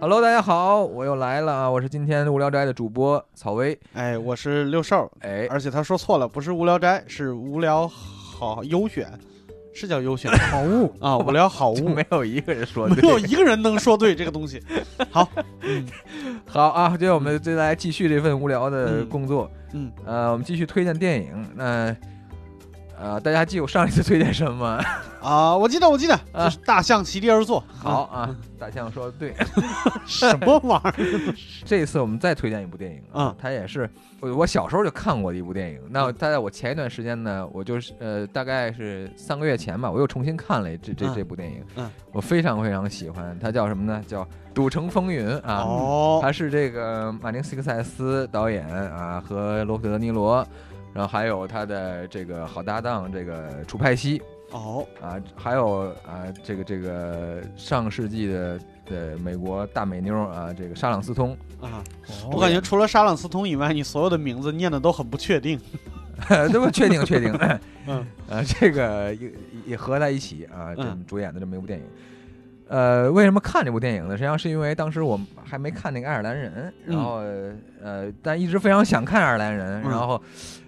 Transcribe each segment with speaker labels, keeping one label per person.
Speaker 1: Hello，大家好，我又来了啊！我是今天无聊斋的主播草薇。
Speaker 2: 哎，我是六兽，
Speaker 1: 哎，
Speaker 2: 而且他说错了，不是无聊斋，是无聊好 优选，是叫优选
Speaker 3: 好物，
Speaker 2: 啊，无聊好
Speaker 1: 就
Speaker 2: 物，
Speaker 1: 没有一个人说
Speaker 2: 没
Speaker 1: 对
Speaker 2: 有。一个人能说对这个东西。好，嗯
Speaker 1: 好啊，今天我们再来继续这份无聊的
Speaker 2: 嗯
Speaker 1: 工作。
Speaker 2: 嗯，
Speaker 1: 呃，我们继续推荐电影。那、呃，大家还记得我上一次推荐什么 吗？
Speaker 2: 啊，我记得，我记得，就是大象席地而坐。
Speaker 1: 好啊，大象说的对。
Speaker 2: 嗯，什么玩意儿？
Speaker 1: 这一次我们再推荐一部电影啊
Speaker 2: 嗯，
Speaker 1: 它也是我我小时候就看过的一部电影。那它在我前一段时间呢，我就是呃大概是三个月前吧，我又重新看了这这
Speaker 2: 嗯
Speaker 1: 这部电影，
Speaker 2: 嗯，
Speaker 1: 我非常非常喜欢。它叫什么呢？叫《赌城风云》啊。
Speaker 2: 哦，
Speaker 1: 它是这个马丁·斯科塞斯导演啊和罗伯特·德尼罗，然后还有他的这个好搭档这个楚派西
Speaker 2: 哦，
Speaker 1: 啊，还有啊这个这个上世纪的的美国大美妞啊，这个莎朗斯通，
Speaker 2: 啊，
Speaker 3: 哦
Speaker 2: 我 感觉除了沙朗斯通以外，你所有的名字念的都很不确定。
Speaker 1: 这不确定确定，
Speaker 2: 嗯，
Speaker 1: 呃，这个也也合在一起啊，这
Speaker 2: 嗯
Speaker 1: 么主演的这么一部电影。呃，为什么看这部电影呢？实际上是因为当时我还没看那个爱尔兰人，然后呃，但一直非常想看爱尔兰人，
Speaker 2: 嗯
Speaker 1: 然后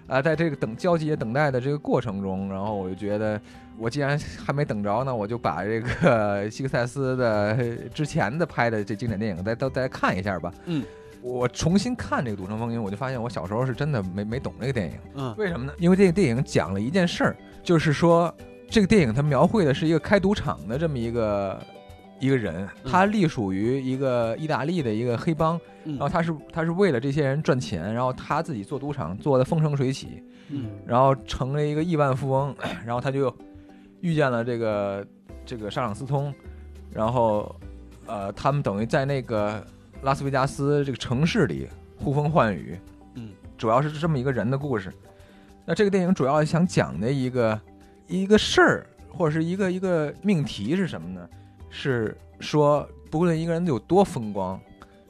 Speaker 1: 啊、在这个等焦急也等待的这个过程中，然后我就觉得，我既然还没等着呢，我就把这个 希克塞斯的之前的拍的这经典电影再都再看一下吧。
Speaker 2: 嗯，
Speaker 1: 我重新看这个《赌城风云》，我就发现我小时候是真的没没懂这个电影。
Speaker 2: 嗯
Speaker 1: 为什么呢？因为这个电影讲了一件事儿，就是说这个电影它描绘的是一个开赌场的这么一个一个人，
Speaker 2: 嗯
Speaker 1: 他隶属于一个意大利的一个黑帮，
Speaker 2: 嗯
Speaker 1: 然后他是他是为了这些人赚钱，然后他自己做赌场做的风生水起，
Speaker 2: 嗯
Speaker 1: 然后成了一个亿万富翁， 然后他就遇见了这个这个沙朗斯通，然后呃，他们等于在那个拉斯维加斯这个城市里呼风唤雨，
Speaker 2: 嗯，
Speaker 1: 主要是这么一个人的故事。那这个电影主要想讲的一个一个事儿，或者是一个一个命题是什么呢？是说不论一个人有多风光，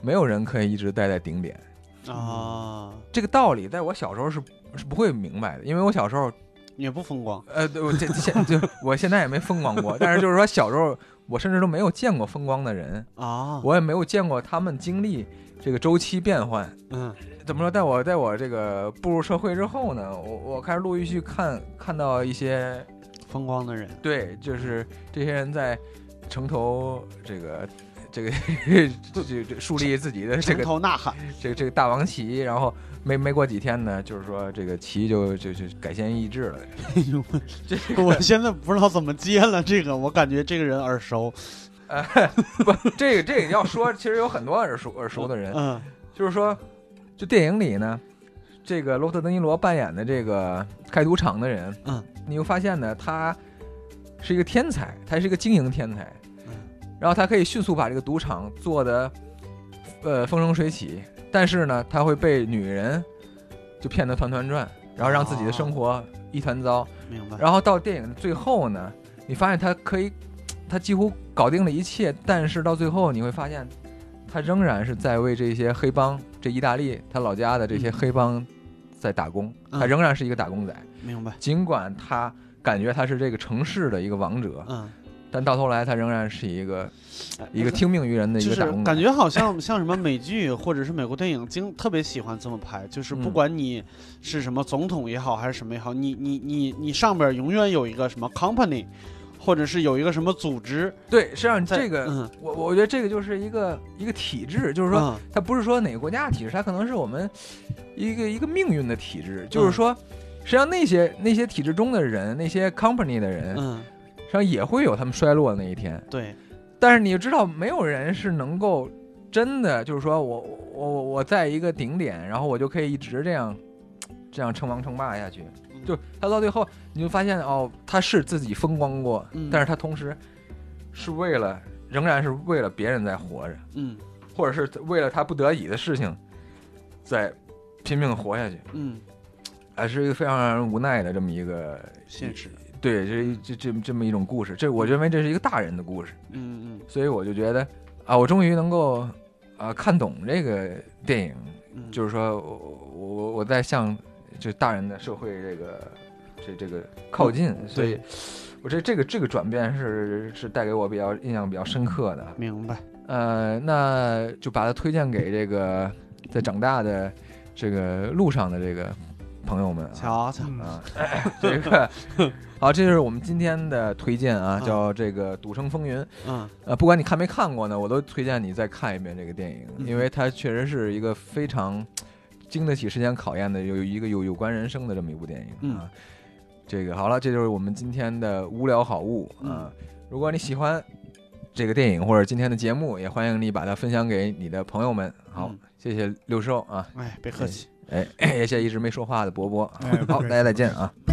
Speaker 1: 没有人可以一直待在顶点。
Speaker 2: 啊，
Speaker 1: 这个道理在我小时候是是不会明白的，因为我小时候
Speaker 2: 也不风光。
Speaker 1: 呃，对我这这现就我现在也没风光过，但是就是说小时候我甚至都没有见过风光的人，
Speaker 2: 啊，
Speaker 1: 我也没有见过他们经历这个周期变换。
Speaker 2: 嗯
Speaker 1: 怎么说？在我在我这个步入社会之后呢，我我开始陆续去看看到一些
Speaker 2: 风光的人，
Speaker 1: 对，就是这些人在城头这个这个 这这这树立自己的这
Speaker 2: 城
Speaker 1: 个
Speaker 2: 头呐喊。
Speaker 1: 这个这个大王旗，然后没没过几天呢，就是说这个旗就就就改弦易帜了。
Speaker 2: 哎呦我
Speaker 1: 这
Speaker 2: 我现在不知道怎么接了这个，我感觉这个人耳熟。
Speaker 1: 不，这个这个要说，其实有很多耳熟耳熟的人，
Speaker 2: 嗯
Speaker 1: 就是说，就电影里呢，这个罗伯特·德尼罗扮演的这个开赌场的人，
Speaker 2: 嗯，
Speaker 1: 你会发现呢，他是一个天才，他是一个经营天才，
Speaker 2: 嗯，
Speaker 1: 然后他可以迅速把这个赌场做的，呃，风生水起，但是呢，他会被女人就骗得团团转，然后让自己的生
Speaker 2: 哦
Speaker 1: 活一团糟，
Speaker 2: 明白。
Speaker 1: 然后到电影的最后呢，你发现他可以，他几乎搞定了一切，但是到最后你会发现，他仍然是在为这些黑帮，这意大利他老家的这些
Speaker 2: 嗯
Speaker 1: 黑帮在打工，
Speaker 2: 嗯
Speaker 1: 他仍然是一个打工仔，
Speaker 2: 明白。
Speaker 1: 尽管他感觉他是这个城市的一个王者，
Speaker 2: 嗯，
Speaker 1: 但到头来他仍然是一个
Speaker 2: 哎
Speaker 1: 一个听命于人的一
Speaker 2: 就
Speaker 1: 个
Speaker 2: 是
Speaker 1: 打工仔。
Speaker 2: 感觉好像像什么美剧或者是美国电影，经特别喜欢这么拍，就是不
Speaker 1: 嗯
Speaker 2: 管你是什么总统也好，还是什么也好，你你你你上边永远有一个什么 company，或者是有一个什么组织
Speaker 1: 对，实际上
Speaker 2: 在
Speaker 1: 这个。
Speaker 2: 嗯，
Speaker 1: 我我觉得这个就是一个一个体制，就是说
Speaker 2: 嗯
Speaker 1: 它不是说哪个国家的体制，它可能是我们一个一个命运的体制。就是
Speaker 2: 嗯
Speaker 1: 说，实际上那些那些体制中的人，那些 company 的人，实
Speaker 2: 嗯，
Speaker 1: 际上也会有他们衰落的那一天。
Speaker 2: 对，
Speaker 1: 但是你知道，没有人是能够真的，就是说我我我我在一个顶点，然后我就可以一直这样这样称王称霸下去。
Speaker 2: 嗯
Speaker 1: 就他到最后，你就发现哦，他是自己风光过，
Speaker 2: 嗯
Speaker 1: 但是他同时是为了，仍然是为了别人在活着。
Speaker 2: 嗯
Speaker 1: 或者是为了他不得已的事情，在拼命活下去，
Speaker 2: 嗯，
Speaker 1: 啊，是一个非常让人无奈的这么一个
Speaker 2: 现实，
Speaker 1: 对，这一这这这么一种故事，这我认为这是一个大人的故事，
Speaker 2: 嗯嗯
Speaker 1: 所以我就觉得啊，我终于能够啊看懂这个电影，
Speaker 2: 嗯，
Speaker 1: 就是说我我我我在向就大人的社会这个这这个靠近，所以我这这个这个转变是是带给我比较印象比较深刻的，
Speaker 2: 明白。
Speaker 1: 呃，那就把它推荐给这个 在长大的这个路上的这个朋友们啊。
Speaker 2: 瞧瞧，
Speaker 3: 嗯，
Speaker 1: 啊， 这个好，这就是我们今天的推荐啊，
Speaker 2: 嗯
Speaker 1: 叫这个《赌圣风云》。
Speaker 2: 嗯，
Speaker 1: 呃，不管你看没看过呢，我都推荐你再看一遍这个电影，
Speaker 2: 嗯
Speaker 1: 因为它确实是一个非常经得起时间考验的，有有一个有有关人生的这么一部电影
Speaker 3: 嗯
Speaker 1: 啊。这个好了，这就是我们今天的无聊好物
Speaker 3: 嗯
Speaker 1: 啊。如果你喜欢这个电影或者今天的节目，也欢迎你把它分享给你的朋友们。好，
Speaker 2: 嗯
Speaker 1: 谢谢六兽啊，
Speaker 2: 哎，别客气。
Speaker 1: 哎，也谢谢一直没说话的伯伯。
Speaker 3: 哎不
Speaker 1: 好，
Speaker 3: 客气
Speaker 1: 大家再见啊。
Speaker 4: 不